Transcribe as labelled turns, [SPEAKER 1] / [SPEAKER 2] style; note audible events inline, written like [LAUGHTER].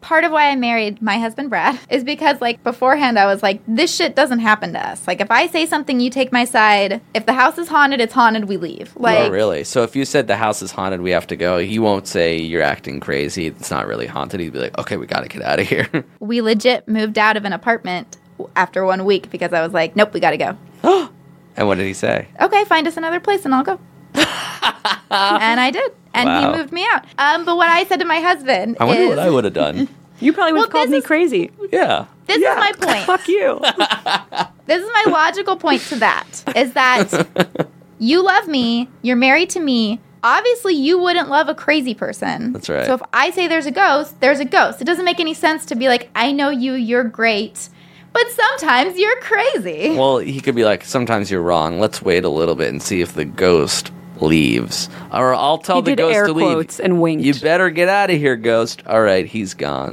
[SPEAKER 1] part of why I married my husband Brad [LAUGHS] is because like beforehand I was like this shit doesn't happen to us. Like if I say something, you take my side. If the house is haunted, it's haunted. We leave. Like
[SPEAKER 2] oh, really? So if you said the house is haunted, we have to go, he won't say you're acting crazy. It's not really haunted. He'd be like, okay, we got to get out of here. [LAUGHS]
[SPEAKER 1] we legit moved out of an apartment after one week because I was like, nope, we got to go.
[SPEAKER 2] and what did he say?
[SPEAKER 1] Okay, find us another place and I'll
[SPEAKER 2] [LAUGHS]
[SPEAKER 1] go. and I did. And
[SPEAKER 2] Wow.
[SPEAKER 1] he moved me out. Um, but what I said to my husband
[SPEAKER 2] I wonder
[SPEAKER 1] is,
[SPEAKER 2] what I would have
[SPEAKER 3] [LAUGHS]
[SPEAKER 2] done.
[SPEAKER 3] You probably would have
[SPEAKER 1] Well,
[SPEAKER 3] called
[SPEAKER 1] this
[SPEAKER 3] me
[SPEAKER 1] is-
[SPEAKER 3] crazy.
[SPEAKER 2] Yeah.
[SPEAKER 1] this
[SPEAKER 3] Yeah.
[SPEAKER 1] is my
[SPEAKER 2] [LAUGHS]
[SPEAKER 1] point.
[SPEAKER 3] Fuck [LAUGHS] you.
[SPEAKER 1] This is my logical point to that is that
[SPEAKER 2] [LAUGHS]
[SPEAKER 1] you love me, you're married to me. Obviously, you wouldn't love a crazy person.
[SPEAKER 2] That's right.
[SPEAKER 1] So if I say there's a ghost, there's a ghost. It doesn't make any sense to be like, I know you, you're great, but sometimes you're crazy.
[SPEAKER 2] Well, he could be like, sometimes you're wrong. Let's wait a little bit and see if the ghost leaves. Or I'll tell
[SPEAKER 3] He
[SPEAKER 2] the
[SPEAKER 3] did
[SPEAKER 2] ghost
[SPEAKER 3] air
[SPEAKER 2] to
[SPEAKER 3] quotes
[SPEAKER 2] leave.
[SPEAKER 3] and winked.
[SPEAKER 2] You better get out of here, ghost. All right, he's gone.